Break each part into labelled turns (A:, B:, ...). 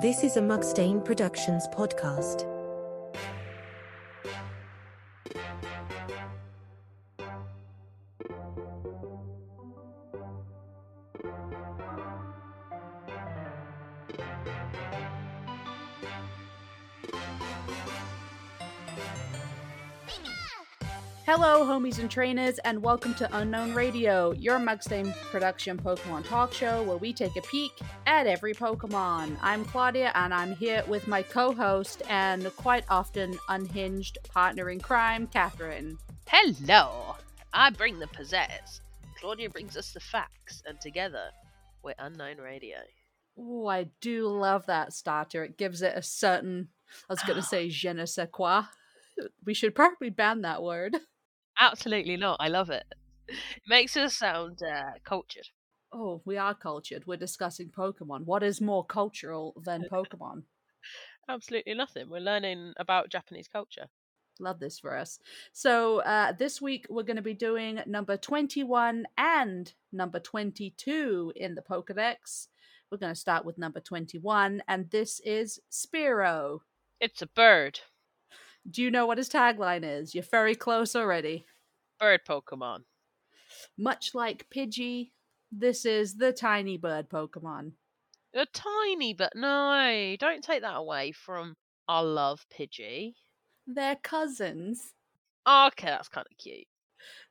A: This is a Mugstain Productions podcast.
B: Hello, homies and trainers, and welcome to Unknown Radio, your Mugstain production Pokemon talk show where we take a peek at every Pokemon. I'm Claudia, and I'm here with my co host and quite often unhinged partner in crime, Catherine.
C: Hello! I bring the pizzazz. Claudia brings us the facts, and together, we're Unknown Radio.
B: Oh, I do love that starter. It gives it a certain, I was going to say, je ne sais quoi. We should probably ban that word.
C: Absolutely not. I love it. It makes us sound uh, cultured.
B: Oh, we are cultured. We're discussing Pokemon. What is more cultural than Pokemon?
C: Absolutely nothing. We're learning about Japanese culture.
B: Love this for us. So, uh, this week we're going to be doing number 21 and number 22 in the Pokedex. We're going to start with number 21, and this is Spiro.
C: It's a bird.
B: Do you know what his tagline is? You're very close already.
C: Bird Pokemon.
B: Much like Pidgey, this is the tiny bird Pokemon.
C: A tiny, but no, don't take that away from our love, Pidgey.
B: They're cousins.
C: Okay, that's kind of cute.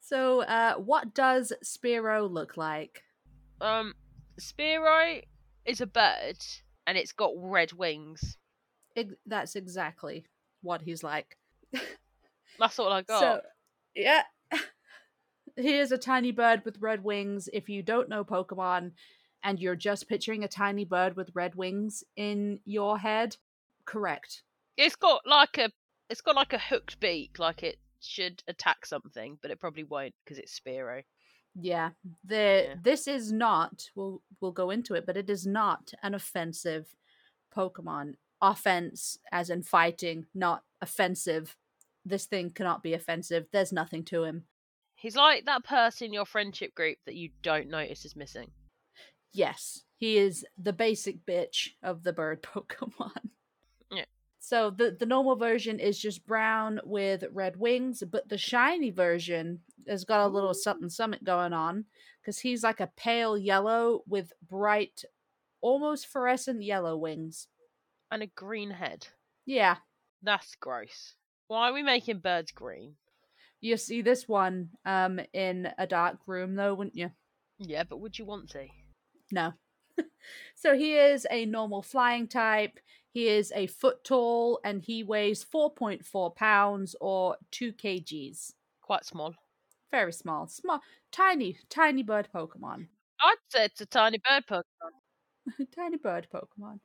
B: So, uh, what does Spiro look like?
C: Um, Spearow is a bird, and it's got red wings.
B: Ex- that's exactly what he's like.
C: That's all I got.
B: So, yeah. He is a tiny bird with red wings. If you don't know Pokemon and you're just picturing a tiny bird with red wings in your head, correct.
C: It's got like a it's got like a hooked beak, like it should attack something, but it probably won't because it's Spearow.
B: Yeah. The
C: Yeah.
B: this is not we'll we'll go into it, but it is not an offensive Pokemon. Offense as in fighting, not offensive. This thing cannot be offensive. There's nothing to him.
C: He's like that person in your friendship group that you don't notice is missing.
B: Yes, he is the basic bitch of the bird Pokemon.
C: Yeah.
B: So the the normal version is just brown with red wings, but the shiny version has got a little something something going on because he's like a pale yellow with bright, almost fluorescent yellow wings.
C: And a green head.
B: Yeah,
C: That's gross. Why are we making birds green?
B: you see this one um in a dark room though, wouldn't you?
C: Yeah, but would you want to?
B: No. so he is a normal flying type. He is a foot tall and he weighs 4.4 pounds or 2 kgs.
C: Quite small.
B: Very small, small, tiny, tiny bird Pokemon.
C: I'd say it's a tiny bird Pokemon.
B: tiny bird Pokemon.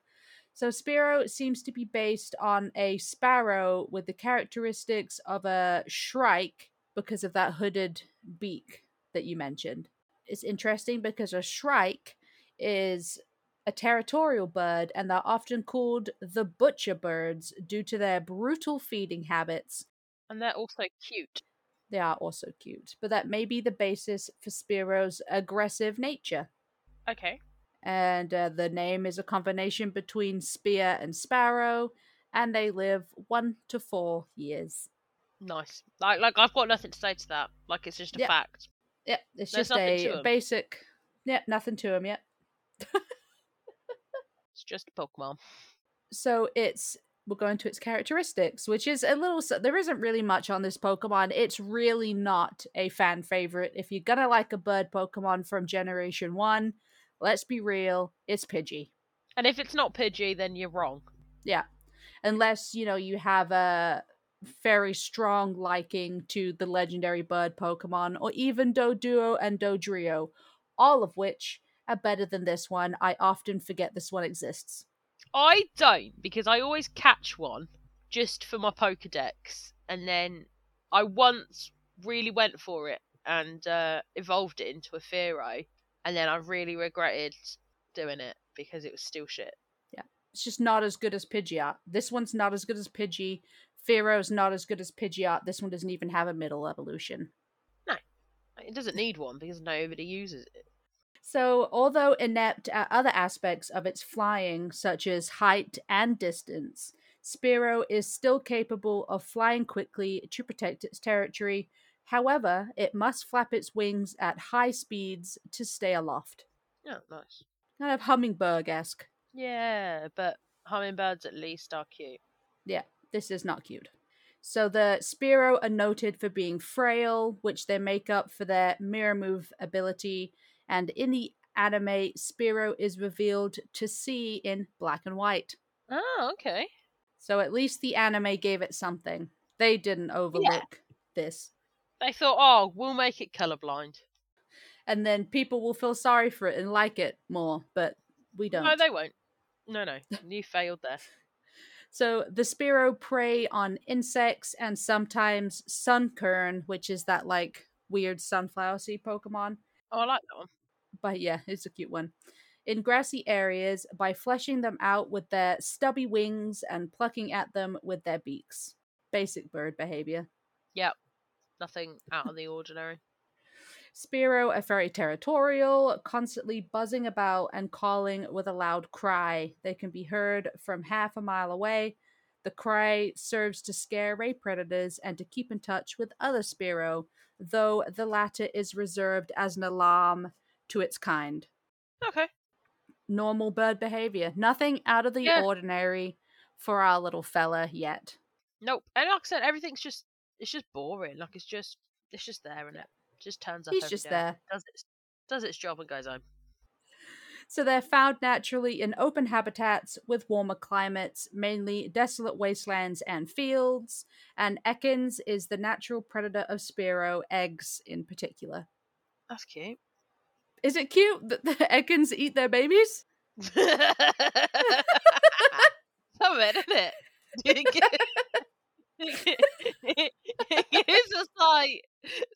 B: So Spiro seems to be based on a sparrow with the characteristics of a shrike because of that hooded beak that you mentioned. It's interesting because a shrike is a territorial bird and they're often called the butcher birds due to their brutal feeding habits.
C: And they're also cute.
B: They are also cute, but that may be the basis for Spiro's aggressive nature
C: Okay.
B: and uh, the name is a combination between spear and sparrow, and they live one to four years.
C: Nice. Like like I've got nothing to say to that. Like it's just a
B: Yeah.
C: fact.
B: Yep, it's
C: There's
B: just
C: nothing to
B: a
C: 'em.
B: basic. Yep, nothing to them. Yep.
C: It's just a Pokemon.
B: So it's we'll go into its characteristics, which is a little. s- There isn't really much on this Pokemon. It's really not a fan favorite. If you're gonna like a bird Pokemon from Generation One, let's be real, it's Pidgey.
C: And if it's not Pidgey, then you're wrong.
B: unless you know you have a very strong liking to the legendary bird Pokemon, or even Doduo and Dodrio, all of which are better than this one. I often forget this one exists.
C: I don't because I always catch one just for my Pokedex, and then I once really went for it and uh, evolved it into a Fearow, and then I really regretted doing it because it was still shit.
B: It's just not as good as Pidgeot. This one's not as good as Pidgey. Fearo's not as good as Pidgeot. This one doesn't even have a middle evolution.
C: It doesn't need one because nobody uses it.
B: So, although inept at other aspects of its flying, such as height and distance, Spiro is still capable of flying quickly to protect its territory. However, it must flap its wings at high speeds to stay aloft.
C: Yeah, Oh, nice.
B: Kind of hummingbird esque.
C: Yeah, but hummingbirds at least are cute.
B: This is not cute. So, the Spiro are noted for being frail, which they make up for their mirror move ability. And in the anime, Spiro is revealed to see in black and white.
C: Oh, okay.
B: So at least the anime gave it something. They didn't overlook this.
C: They thought, oh, we'll make it colorblind.
B: And then people will feel sorry for it and like it more, but we don't.
C: No, they won't. No, no, you failed there.
B: So the Spiro prey on insects and sometimes sunkern, which is that like weird sunflower seed Pokemon.
C: Oh, I like that one.
B: But yeah, it's a cute one. In grassy areas by fleshing them out with their stubby wings and plucking at them with their beaks. Basic bird behavior.
C: Nothing out of the ordinary.
B: Spiro are very territorial, constantly buzzing about and calling with a loud cry. They can be heard from half a mile away. The cry serves to scare ray predators and to keep in touch with other Spiro, though the latter is reserved as an alarm to its kind.
C: Okay.
B: Normal bird behavior. Nothing out of the
C: Yeah.
B: ordinary for our little fella yet.
C: Nope. And like I said, everything's just it's just boring. Like it's just it's just there and it just turns up.
B: He's
C: every
B: just
C: day,
B: there.
C: Does its does its job and goes home.
B: So they're found naturally in open habitats with warmer climates, mainly desolate wastelands and fields. And Ekans is the natural predator of Spiro, eggs in particular.
C: That's cute.
B: Is it cute that the Ekans eat their babies?
C: Some of it, isn't it? it's just like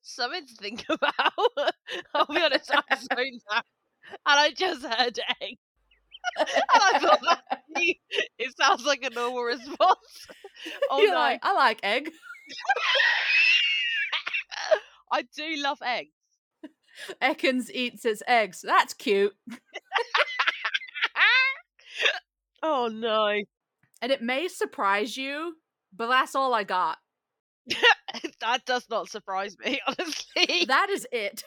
C: something to think about. I'll be honest, I'm so down. And I just heard egg. and I thought that it sounds like a normal response. Oh
B: You're
C: no.
B: like, I like egg.
C: I do love eggs.
B: Ekans eats its eggs. That's cute.
C: oh no.
B: And it may surprise you, but that's all I got.
C: that does not surprise me, honestly.
B: That is it.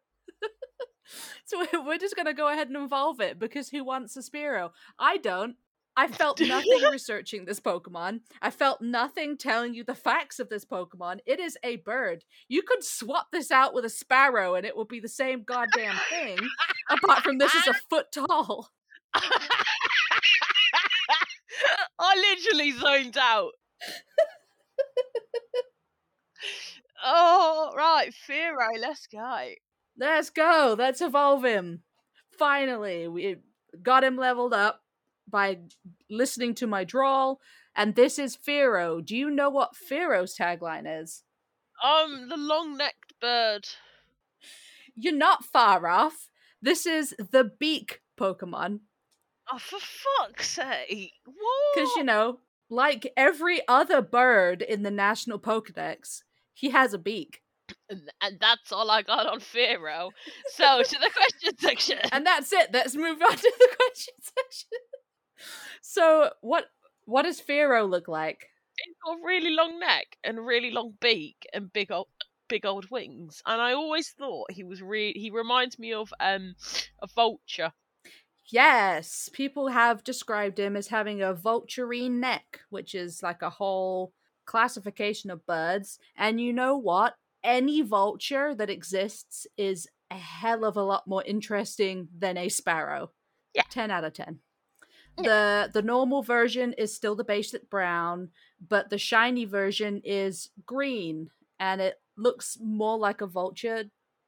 B: so we- we're just going to go ahead and involve it because who wants a Spearow? I don't. I felt nothing researching this Pokemon. I felt nothing telling you the facts of this Pokemon. It is a bird. You could swap this out with a sparrow and it would be the same goddamn thing. apart from this is a foot tall.
C: I literally zoned out. oh, right, Firo, let's go.
B: Let's go. Let's evolve him. Finally, we got him leveled up by listening to my drawl. And this is Firo. Do you know what Firo's tagline is?
C: Um, the long necked bird.
B: You're not far off. This is the beak Pokemon.
C: Oh, for fuck's sake. What?
B: Because, you know, like every other bird in the National Pokedex, he has a beak.
C: and, and that's all I got on Firo. So, to the question section.
B: And that's it. Let's move on to the question section. So, what what does Firo look like?
C: It's got a really long neck and really long beak and big old big old wings. And I always thought he was really he reminds me of um a vulture.
B: Yes, people have described him as having a vulturine neck, which is like a whole classification of birds. And you know what? Any vulture that exists is a hell of a lot more interesting than a sparrow.
C: Yeah.
B: 10 out of 10. The the normal version is still the basic brown, but the shiny version is green and it looks more like a vulture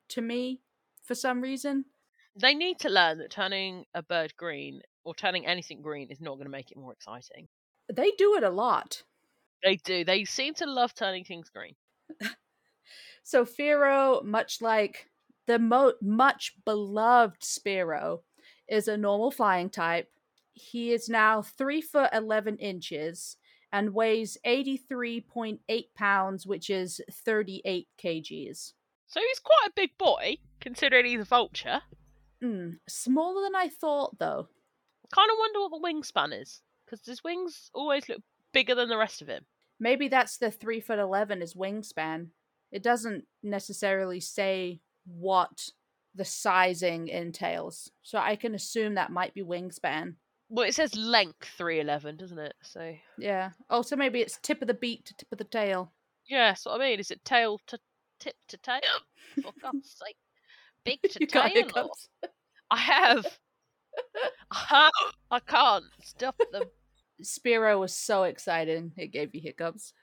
B: to me for some reason.
C: They need to learn that turning a bird green or turning anything green is not going to make it more exciting.
B: They do it a lot.
C: They do. They seem to love turning things green.
B: So Firo, much like the mo- much beloved Spiro, is a normal flying type. He is now three foot eleven inches and weighs eighty three point eight pounds, which is thirty eight kgs.
C: So he's quite a big boy, considering he's a vulture.
B: Mm. Smaller than I thought, though.
C: Kind of wonder what the wingspan is, because his wings always look bigger than the rest of him.
B: Maybe that's the three foot eleven is wingspan. It doesn't necessarily say what the sizing entails, so I can assume that might be wingspan.
C: Well, it says length 311, doesn't it? So,
B: Yeah. Oh, so maybe it's tip of the beak to tip of the tail.
C: yeah, that's what I mean. Is it tail to tip to tail? For God's sake. Big to
B: You
C: tail.
B: got
C: or-
B: hiccups.
C: I have. I have. I can't stop them.
B: Spiro was so excited; it gave you hiccups.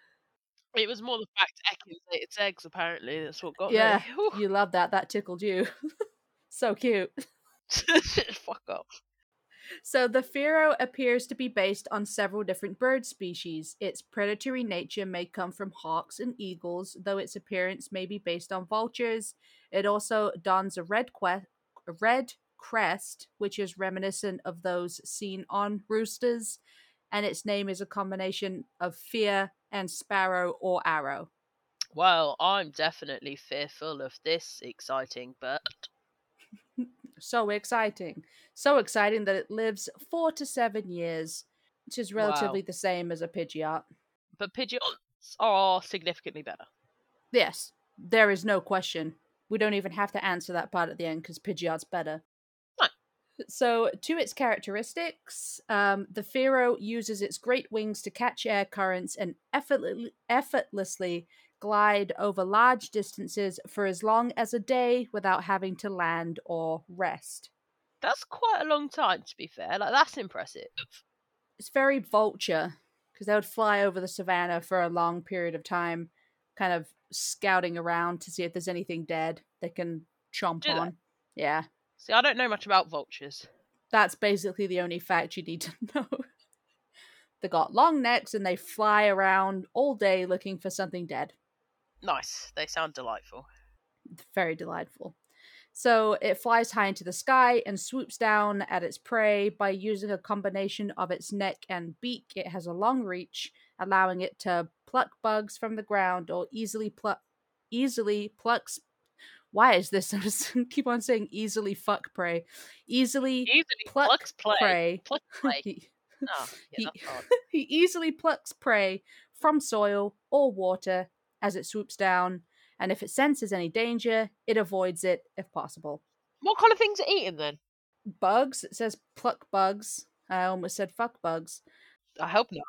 C: It was more the fact Ekins ate its eggs, apparently. That's what got
B: Yeah.
C: me. Whew.
B: You love that. That tickled you. so cute.
C: Fuck off.
B: So the Firo appears to be based on several different bird species. Its predatory nature may come from hawks and eagles, though its appearance may be based on vultures. It also dons a red que- a red crest, which is reminiscent of those seen on roosters, and its name is a combination of fear and sparrow or arrow.
C: Well, I'm definitely fearful of this exciting bird.
B: So exciting. So exciting that it lives 4 to 7 years, which is
C: Wow.
B: relatively the same as a Pidgeot.
C: But pigeons are significantly better.
B: Yes, there is no question. We don't even have to answer that part at the end because Pidgeot's better.
C: No.
B: So, to its characteristics, um, the Pharaoh uses its great wings to catch air currents and effortlessly, effortlessly glide over large distances for as long as a day without having to land or rest.
C: That's quite a long time, to be fair. Like, that's impressive.
B: It's very vulture because they would fly over the savannah for a long period of time, kind of scouting around to see if there's anything dead they can chomp
C: Do they?
B: on. Yeah,
C: See, I don't know much about vultures.
B: that's basically the only fact you need to know. they got long necks and they fly around all day looking for something dead.
C: Nice. They sound delightful.
B: very delightful. So it flies high into the sky and swoops down at its prey by using a combination of its neck and beak. It has a long reach, allowing it to pluck bugs from the ground or easily pluck easily plucks why is this? I just keep on saying easily fuck prey. Easily
C: Easily
B: pluck
C: plucks play.
B: prey.
C: Pluck play.
B: He-
C: Oh, yeah,
B: He-
C: that's hard.
B: he easily plucks prey from soil or water as it swoops down, and if it senses any danger, it avoids it if possible.
C: What kind of things are eating then?
B: Bugs, it says pluck bugs. I almost said fuck bugs.
C: I hope not.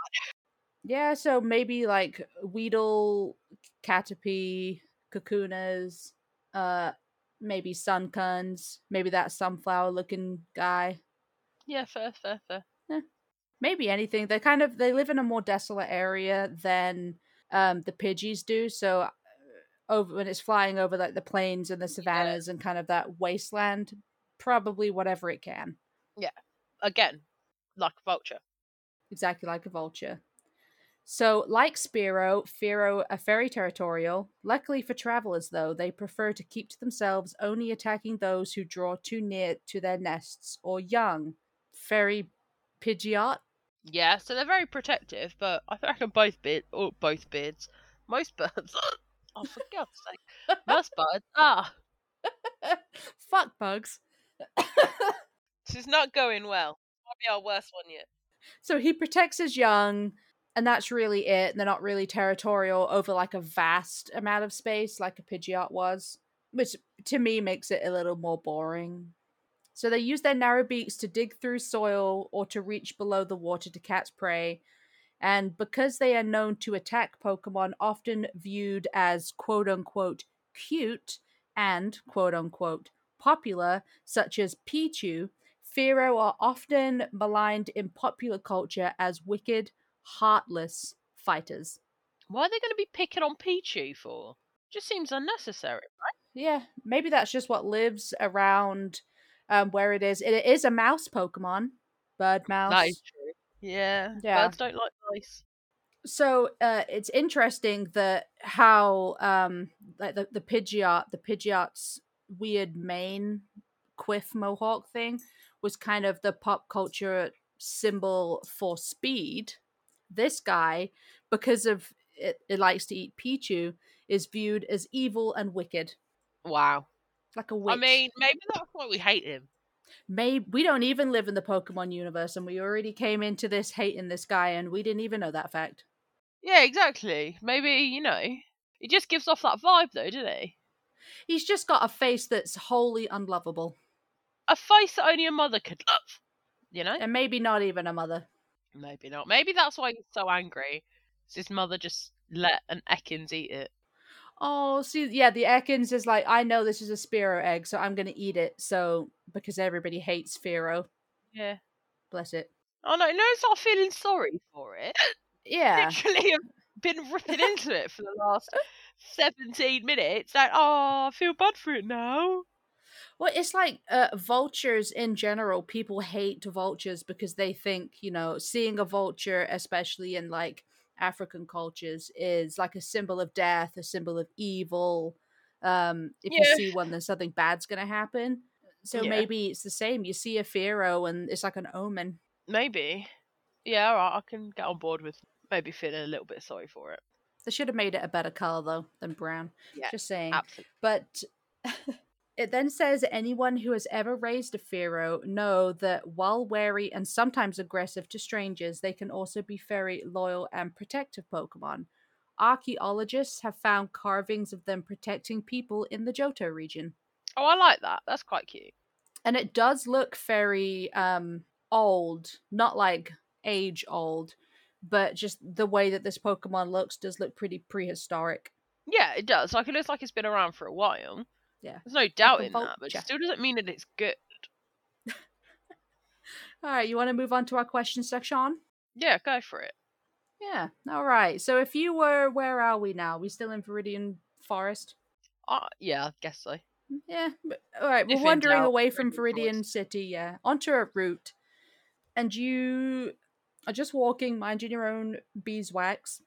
B: Yeah, so maybe like Weedle, Caterpie, Cocooners, uh, maybe Suncuns, maybe that sunflower looking guy.
C: Yeah, fair, fair, fair.
B: maybe anything they kind of they live in a more desolate area than um the pidgeys do so uh, over when it's flying over like the plains and the savannas and kind of that wasteland probably whatever it can
C: Again, like a vulture.
B: exactly like a vulture so like spiro firo are very territorial luckily for travelers though they prefer to keep to themselves only attacking those who draw too near to their nests or young very pidgeot
C: Yeah, so they're very protective, but I reckon both beard or both beards, most birds. oh, for God's sake, most birds are.
B: fuck bugs
C: This is not going well. Might be our worst one yet.
B: So he protects his young, and that's really it. They're not really territorial over like a vast amount of space like a Pidgeot was, which to me makes it a little more boring. So they use their narrow beaks to dig through soil or to reach below the water to catch prey. And because they are known to attack Pokemon, often viewed as quote unquote cute and quote unquote popular, such as Pichu, Pharaoh are often maligned in popular culture as wicked, heartless fighters.
C: Why are they going to be picking on Pichu for? Just seems unnecessary.
B: Yeah, maybe that's just what lives around um, where it is. It is a mouse Pokemon, bird mouse.
C: That is true. Yeah,
B: Yeah.
C: birds don't like mice.
B: so uh, it's interesting that how um like the, the Pidgeot the Pidgeot's weird mane quiff mohawk thing was kind of the pop culture symbol for speed. This guy, because of it, it likes to eat Pichu, is viewed as evil and wicked.
C: Wow.
B: like a witch.
C: I mean, maybe that's why we hate him.
B: maybe we don't even live in the Pokemon universe, and we already came into this hating this guy, and we didn't even know that fact.
C: Yeah, exactly. Maybe, you know, he just gives off that vibe though, doesn't he?
B: He's just got a face that's wholly unlovable,
C: A face that only a mother could love. You know?
B: and maybe not even a mother.
C: Maybe not. Maybe that's why he's so angry. 'cause His mother just let an Ekins eat it.
B: Oh, see, yeah, the Ekans is like, I know this is a Spiro egg, so I'm gonna eat it. So because everybody hates Spiro,
C: Yeah.
B: bless it.
C: Oh no, no, start feeling sorry for it.
B: Yeah,
C: Literally, I've been ripping into it for the last seventeen minutes. Like, oh, I feel bad for it now.
B: well, it's like uh, vultures in general. People hate vultures because they think you know seeing a vulture, especially in like African cultures, is like a symbol of death, a symbol of evil. Um, if
C: Yeah.
B: you see one, then something bad's gonna happen. So
C: Yeah.
B: maybe it's the same. You see a pharaoh, and it's like an omen.
C: Maybe. Yeah, all right, I can get on board with maybe feeling a little bit sorry for it.
B: They should have made it a better color though than brown.
C: Yeah,
B: Just saying.
C: Absolutely.
B: But it then says anyone who has ever raised a Pharaoh know that while wary and sometimes aggressive to strangers, they can also be very loyal and protective Pokemon. Archaeologists have found carvings of them protecting people in the Johto region.
C: Oh, I like that. That's quite cute.
B: And it does look very um old, not like age old, but just the way that this Pokemon looks does look pretty prehistoric.
C: Yeah, it does. Like it looks like it's been around for a while.
B: Yeah.
C: There's no doubt in that, but
B: vulture.
C: it still doesn't mean that it's good.
B: All right, you want to move on to our question section?
C: Yeah, go for it.
B: Yeah. All right. So if you were, where are we now? We still in Viridian Forest?
C: Uh, yeah, I guess so.
B: Yeah. but- All right.
C: Hmm? If
B: We're
C: in
B: wandering
C: doubt,
B: away from
C: Viridian
B: Viridian
C: Forest.
B: City. Yeah. Onto a route, and you are just walking, minding your own beeswax,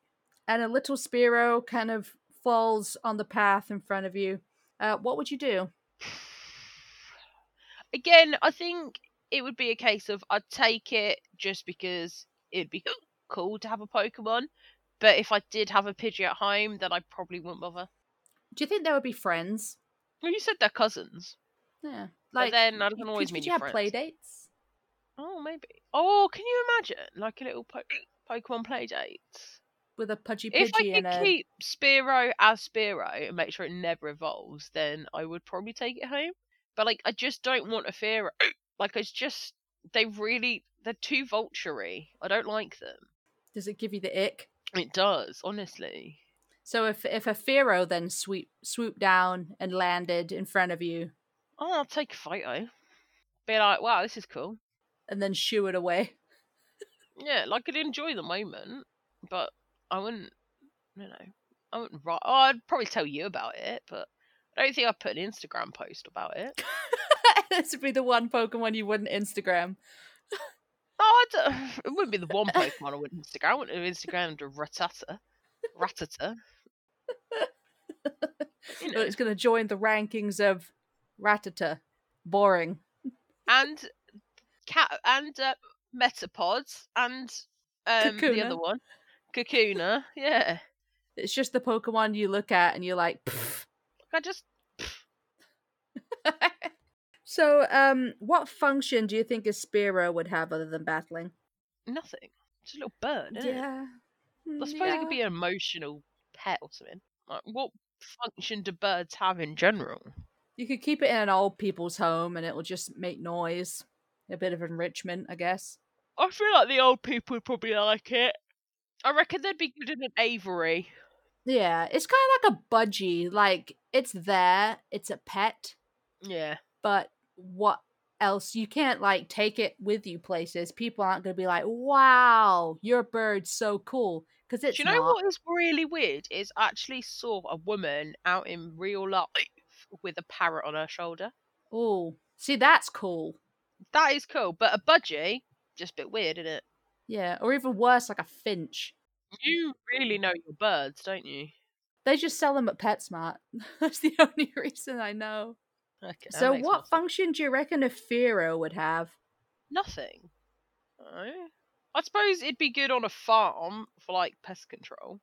B: and a little Spiro kind of falls on the path in front of you. Uh, what would you do?
C: Again, I think it would be a case of I'd take it just because it'd be cool to have a Pokemon. But if I did have a Pidgey at home, then I probably wouldn't bother.
B: Do you think there would be friends?
C: Well, you said they're cousins.
B: Yeah.
C: Like, but then I can
B: could-
C: always
B: could
C: meet
B: you
C: your
B: have
C: friends.
B: play dates?
C: Oh, maybe. Oh, can you imagine like a little po- Pokemon play date?
B: With a pudgy
C: If I
B: pidgey
C: could
B: and a
C: keep Spearow as Spearow and make sure it never evolves, then I would probably take it home. But like, I just don't want a Fearow. Like, it's just they really they're too vulturey. I don't like them.
B: does it give you the ick?
C: It does, honestly.
B: So if if a Pharaoh then sweep swooped down and landed in front of you
C: Oh, I'll take a photo. Be like, wow, this is cool.
B: and then shoo it away,
C: Yeah, like I'd enjoy the moment, but I wouldn't, you know, I wouldn't write. Oh, I'd probably tell you about it, but I don't think I'd put an Instagram post about it.
B: this would be the one Pokemon you wouldn't Instagram.
C: Oh, I don't, it wouldn't be the one Pokemon I would Instagram. I wouldn't have Instagrammed a Ratata. Ratata. You
B: But
C: know,
B: it's going to join the rankings of Ratata. Boring.
C: and cat and uh, Metapods and um, the
B: Kakuna.
C: other one, Kakuna. Yeah,
B: It's just the Pokemon you look at and you're like. "Pff."
C: I just
B: so, um, what function do you think a Spearow would have other than battling?
C: nothing. Just a little bird. Isn't It? I
B: Mm,
C: suppose it could be an emotional pet or something. Like, what function do birds have in general?
B: You could keep it in an old people's home and it will just make noise. A bit of enrichment, I guess.
C: I feel like the old people would probably like it. I reckon they'd be good in an aviary.
B: Yeah, it's kind of like a budgie. Like it's there, it's a pet,
C: Yeah.
B: but what else? You can't like take it with you places. People aren't going to be like, "Wow, your bird's so cool," because it's
C: Do you know
B: not.
C: what is really weird? Is I actually saw a woman out in real life with a parrot on her shoulder.
B: Oh, see, that's cool.
C: That is cool, but a budgie, just a bit weird, isn't it?
B: Yeah, or even worse, like a finch.
C: You really know your birds, don't you?
B: They just sell them at PetSmart. that's the only reason I know.
C: Okay, that
B: so,
C: makes more
B: what
C: sense.
B: function do you reckon a Fero would have?
C: Nothing. Oh. I suppose it'd be good on a farm for like pest control.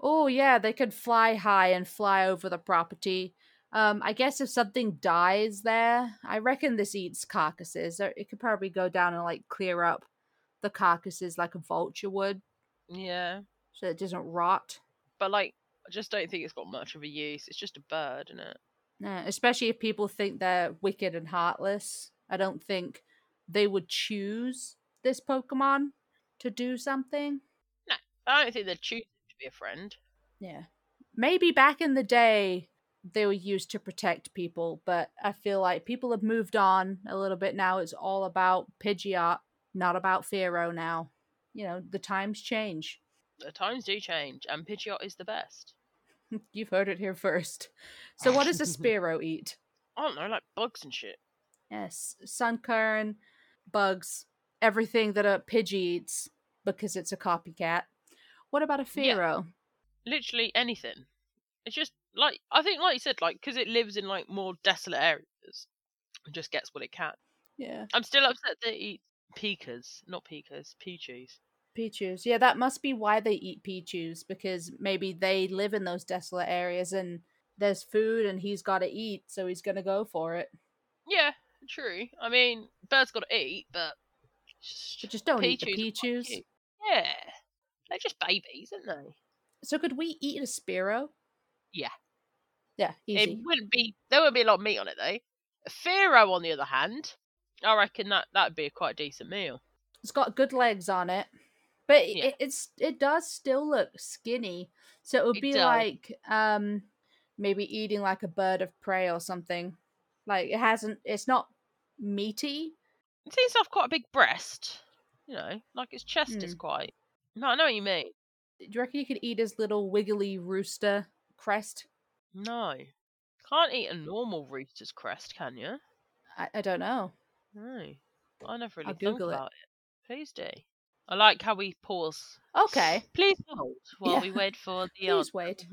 B: Oh yeah, they could fly high and fly over the property. Um, I guess if something dies there, I reckon this eats carcasses. So It could probably go down and like clear up the carcasses like a vulture would,
C: Yeah.
B: so it doesn't rot.
C: But like I just don't think it's got much of a use. It's just a bird, isn't it?
B: Uh, especially if people think they're wicked and heartless. I don't think they would choose this Pokemon to do something.
C: I don't think they're choosing to be a friend.
B: Yeah. Maybe back in the day they were used to protect people, but I feel like people have moved on a little bit now. It's all about Pidgeot, not about Pharaoh now. You know, the times change.
C: The times do change, and Pidgeot is the best.
B: You've heard it here first. So what does a Spearow eat?
C: I don't know, like bugs and shit.
B: Yes, sunkern, bugs, everything that a Pidgey eats because it's a copycat. What about a
C: Yeah.
B: Pharaoh?
C: Literally anything. It's just like I think, like you said, like because it lives in like more desolate areas, and just gets what it can.
B: Yeah.
C: I'm still upset they eat peekers, not peekers, Pichus.
B: Pichus. Yeah, that must be why they eat Pichus because maybe they live in those desolate areas and there's food and he's got to eat, so he's going to go for it.
C: Yeah, true. I mean, birds got to eat, but
B: But just don't eat the
C: Pichus are quite
B: Pichus.
C: cute. Yeah, they're just babies, aren't they?
B: So could we eat a Spiro?
C: Yeah.
B: Yeah, easy.
C: It wouldn't be. There wouldn't be a lot of meat on it though. A Pharaoh, on the other hand, I reckon that that'd be a quite decent meal.
B: it's got good legs on it, but it-
C: Yeah.
B: it, it's it does still look skinny. So it would
C: It
B: be
C: does.
B: like um maybe eating like a bird of prey or something. Like it hasn't. It's not meaty.
C: It seems to have quite a big breast. You know, like its chest is
B: Hmm.
C: quite. No, I know what you mean.
B: Do you reckon you could eat his little wiggly rooster crest?
C: No, can't eat a normal rooster's crest, can you?
B: I, I don't know.
C: No, I never really
B: I'll
C: thought
B: Google it.
C: about it. Please do. I like how we pause.
B: Okay.
C: Please hold while
B: Yeah.
C: we wait for the um,
B: Please
C: answer.
B: wait.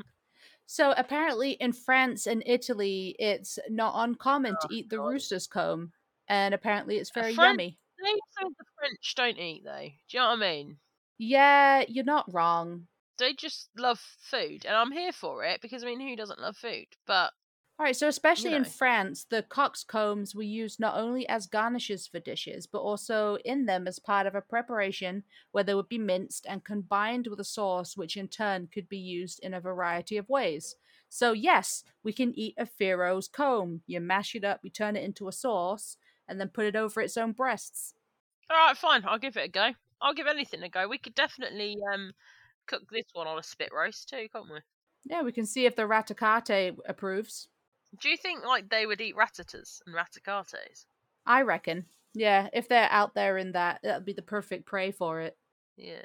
B: So apparently in France and Italy, it's not uncommon to eat the
C: Oh, God.
B: rooster's comb, and apparently it's
C: A
B: very
C: Fran-
B: yummy.
C: They say the French don't eat though. Do you know what I mean?
B: Yeah, you're not wrong.
C: they just love food, and I'm here for it because I mean, who doesn't love food? But
B: All right, so especially in
C: know.
B: France, the coxcombs were used not only as garnishes for dishes, but also in them as part of a preparation where they would be minced and combined with a sauce, which in turn could be used in a variety of ways. So, yes, we can eat a Pharaoh's comb. You mash it up, you turn it into a sauce, and then put it over its own breasts.
C: all right, fine, I'll give it a go. I'll give anything a go. We could definitely um cook this one on a spit roast too, can't we?
B: Yeah, we can see if the Raticate approves.
C: Do you think like they would eat ratatas and ratacates?
B: I reckon. Yeah, if they're out there in that, that would be the perfect prey for it.
C: Yeah,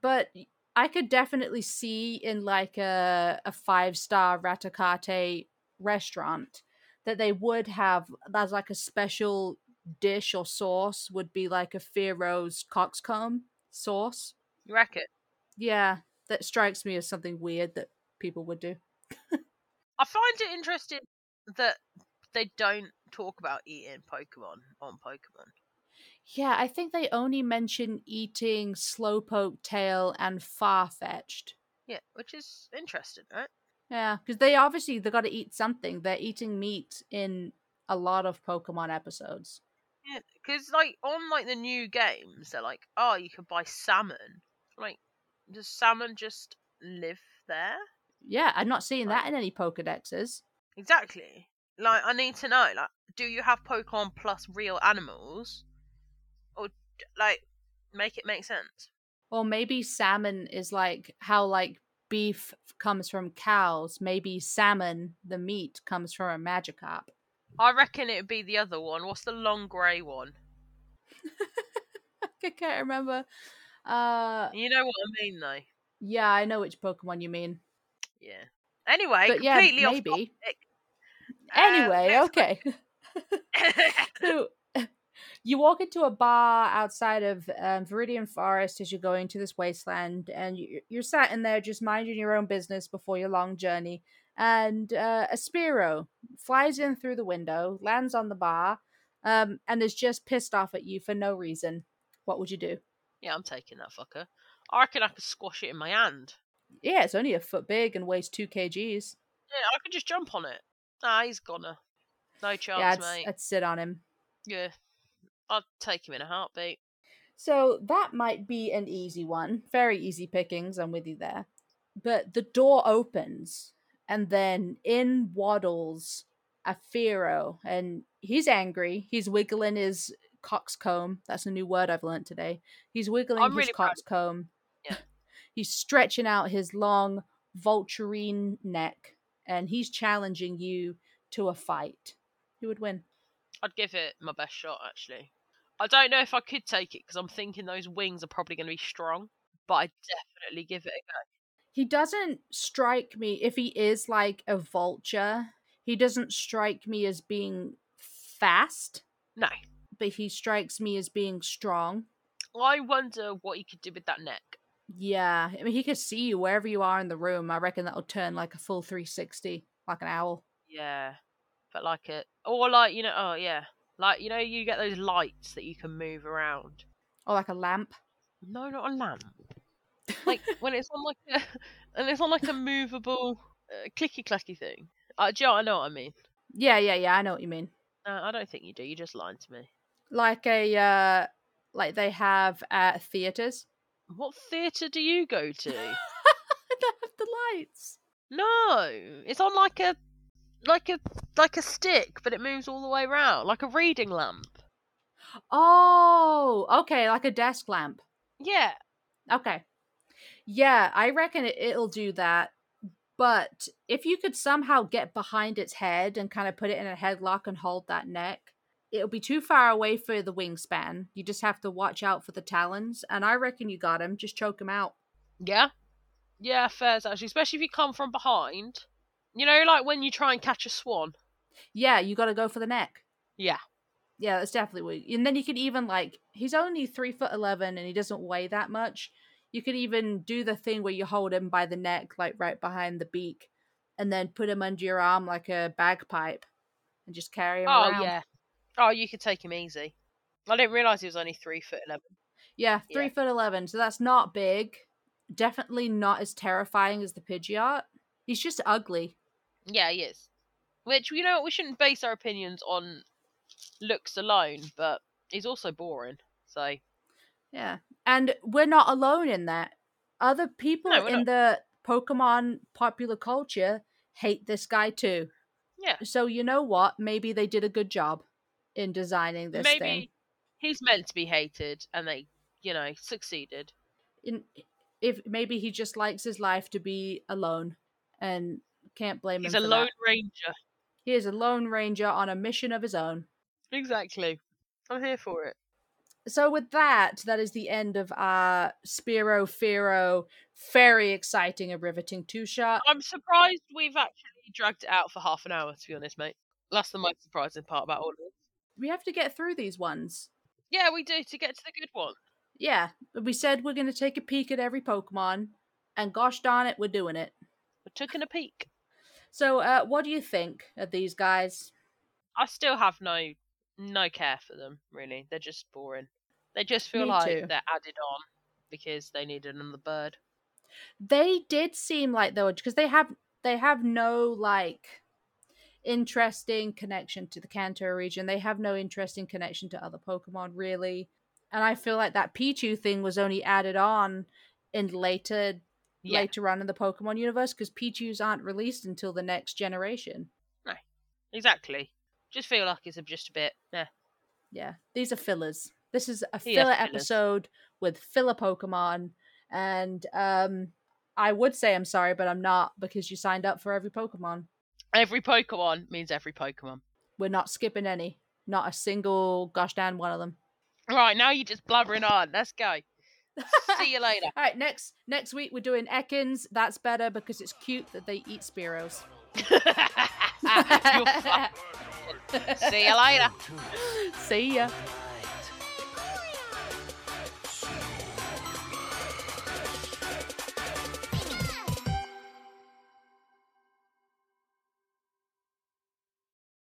B: but y- I could definitely see in like a a five star raticate restaurant that they would have that's like a special dish or sauce would be like a Pharaoh's coxcomb sauce.
C: you reckon?
B: Yeah, that strikes me as something weird that people would do.
C: I find it interesting that they don't talk about eating Pokemon on Pokemon.
B: Yeah, I think they only mention eating slowpoke tail and far fetched.
C: Yeah, which is interesting, right?
B: Yeah, because they obviously they got to eat something. They're eating meat in a lot of Pokemon episodes.
C: Yeah, because like on like the new games, they're like, oh, you can buy salmon. Like, does salmon just live there?
B: Yeah, I'm not seeing
C: Like-
B: that in any Pokedexes.
C: Exactly. Like, I need to know. Like, do you have Pokemon plus real animals, or d- like make it make sense?
B: Or maybe salmon is like how like beef comes from cows. Maybe salmon, the meat, comes from a Magikarp.
C: I reckon it would be the other one. What's the long grey one?
B: I can't remember. Uh,
C: You know what I mean, though.
B: yeah, I know which Pokemon you mean.
C: Yeah. Anyway,
B: but yeah,
C: completely off. topic.
B: maybe.
C: Uh,
B: Anyway,
C: next-
B: okay. so you walk into a bar outside of um, Viridian Forest as you're going to this wasteland, and you, you're sat in there just minding your own business before your long journey. And uh, a Spiro flies in through the window, lands on the bar, um, and is just pissed off at you for no reason. What would you do?
C: yeah, I'm taking that fucker. I reckon I could squash it in my hand.
B: Yeah, it's only a foot big and weighs two kgs.
C: Yeah, I could just jump on it. Nah, he's goner. No chance,
B: yeah, I'd,
C: mate.
B: I'd sit on him.
C: Yeah. I'd take him in a heartbeat.
B: So that might be an easy one. Very easy pickings. I'm with you there. But the door opens, and then in waddles a Pharaoh, and he's angry. He's wiggling his coxcomb. That's a new word I've learned today. He's wiggling
C: I'm
B: his
C: really proud.
B: coxcomb.
C: Yeah.
B: he's stretching out his long vulturine neck, and he's challenging you to a fight. Who would win?
C: I'd give it my best shot, actually. I don't know if I could take it because I'm thinking those wings are probably going to be strong, but I'd definitely give it a go.
B: he doesn't strike me if he is like a vulture he doesn't strike me as being fast
C: No.
B: but he strikes me as being strong
C: I wonder what you could do with that neck.
B: yeah i mean he could see you wherever you are in the room i reckon that'll turn like a full 360 like an owl
C: Yeah. But like it. Or like, you know, oh, yeah. Like, you know, you get those lights that you can move around.
B: or like a lamp
C: No, not a lamp. Like when it's on like a, and it's on like a movable uh, clicky clacky thing. Uh, do you know, I know what I mean.
B: yeah yeah yeah i know what you mean
C: No, I don't think you do. You're just lying to me.
B: like a uh like they have at theaters
C: What theatre do you go to?
B: they have the lights
C: No, it's on like a like a like a stick, but it moves all the way around, like a reading lamp.
B: oh okay like a desk lamp
C: Yeah,
B: Okay. Yeah, I reckon it, it'll do that. But if you could somehow get behind its head and kind of put it in a headlock and hold that neck, it'll be too far away for the wingspan. You just have to watch out for the talons. And I reckon you got him. Just choke him out.
C: yeah, yeah. Fair's actually, especially if you come from behind. You know, like when you try and catch a swan.
B: Yeah, you got to go for the neck.
C: Yeah.
B: Yeah, that's definitely what. And then you could even like he's only three foot eleven and he doesn't weigh that much. You could even do the thing where you hold him by the neck, like right behind the beak, and then put him under your arm like a bagpipe, and just carry him
C: Oh
B: around.
C: yeah. Oh, you could take him easy. I didn't realise he was only three foot eleven.
B: yeah, three
C: Yeah.
B: foot eleven. So that's not big. Definitely not as terrifying as the Pidgeot. He's just ugly.
C: Yeah, he is. Which you know what, we shouldn't base our opinions on looks alone, but he's also boring. So
B: Yeah. And we're not alone in that. Other people
C: No, we're
B: in the Pokemon popular culture hate this guy too.
C: yeah.
B: So you know what? Maybe they did a good job in designing this
C: maybe
B: thing.
C: he's meant to be hated and they you know succeeded
B: In, if maybe he just likes his life to be alone and can't blame
C: he's a
B: him. for
C: lone
B: that.
C: ranger
B: He is a lone ranger on a mission of his own.
C: exactly i'm here for it
B: so with that, that is the end of our Spiro Firo very exciting and riveting two shot.
C: i'm surprised we've actually dragged it out for half an hour to be honest mate that's the most surprising part about all of this
B: We have to get through these ones.
C: yeah we do to get to the good one
B: Yeah, we said we're going to take a peek at every Pokemon, and gosh darn it, we're doing it.
C: we're taking a peek
B: So, uh, what do you think of these guys?
C: i still have no no care for them really they're just boring they just feel
B: Me
C: like
B: too.
C: they're added on because they needed another bird
B: They did seem like they were because they have they have no like interesting connection to the Kanto region. They have no interesting connection to other Pokemon really. And I feel like that Pichu thing was only added on in later
C: yeah
B: later on in the Pokemon universe because Pichus aren't released until the next generation.
C: exactly just feel like it's just a bit eh. yeah
B: Yeah, these are fillers. This is a
C: These are
B: filler
C: fillers.
B: episode with filler Pokemon, and um, I would say I'm sorry, but I'm not because you signed up for every Pokemon.
C: every pokemon means every pokemon
B: We're not skipping any, not a single gosh damn one of them.
C: Right, now you're just blabbering on. Let's go. See you later.
B: All right, next next week we're doing Ekans. That's better because it's cute that they eat Spearows.
C: You're fucked. See you later.
B: See ya.
D: Thank